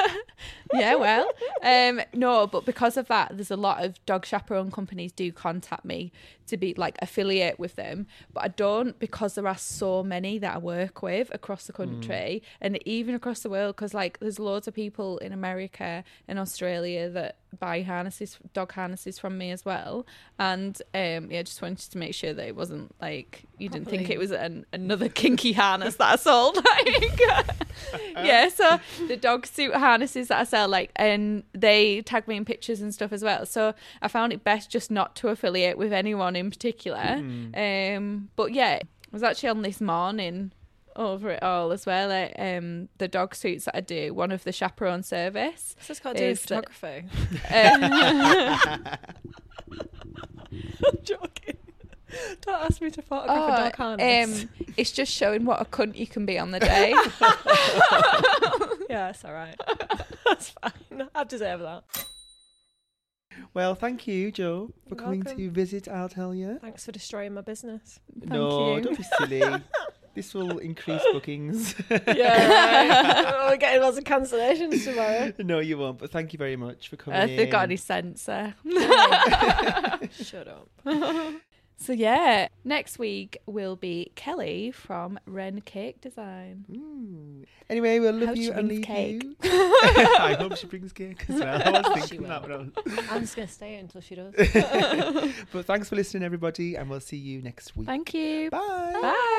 S2: yeah, well, um, no, but because of that, there's a lot of dog chaperone companies do contact me to be like affiliate with them, but I don't because there are so many that I work with across the country and even across the world because like there's loads of people in America and Australia that buy harnesses, dog harnesses from me as well, and um, yeah, just wanted to make sure that it wasn't like you didn't think
S3: Properly.
S2: it was an, another kinky harness that I sold. Like, yeah, so the dog suit harnesses that I sell, like, and they tag me in pictures and stuff as well. So I found it best just not to affiliate with anyone in particular. Um, but yeah, I was actually on this morning over it all as well. Like, um, the dog suits that I do, one of the chaperone service.
S3: This is called doing
S2: Is that-
S3: photography.
S2: Um,
S3: I'm joking. Don't ask me to photograph a
S2: oh,
S3: dog harness.
S2: um, it's just showing what a cunt you can be on the day.
S1: Hmm.
S3: yeah, it's all right. That's fine. I deserve that.
S1: well, thank you, Joe, for
S3: You're
S1: coming
S3: welcome.
S1: to visit. I'll tell you.
S3: Thanks for destroying my business.
S2: Thank
S1: no,
S2: you.
S1: don't be silly. this will increase bookings.
S3: Yeah, right. we're getting lots of cancellations tomorrow.
S1: no, you won't. But thank you very much for coming.
S2: Earth have got
S1: in.
S2: any censor.
S3: Shut up.
S2: So yeah, next week will be Kelly from Ren Cake Design.
S1: Mm. Anyway, we'll love
S2: Hope she
S1: you and
S2: brings
S1: leave
S2: cake.
S1: you. I hope she brings cake as well. I was
S3: She
S1: thinking that when I was-
S3: I'm just gonna stay until she does.
S1: But thanks for listening, everybody, and we'll see you next week.
S2: Thank you.
S1: Bye.
S2: Bye.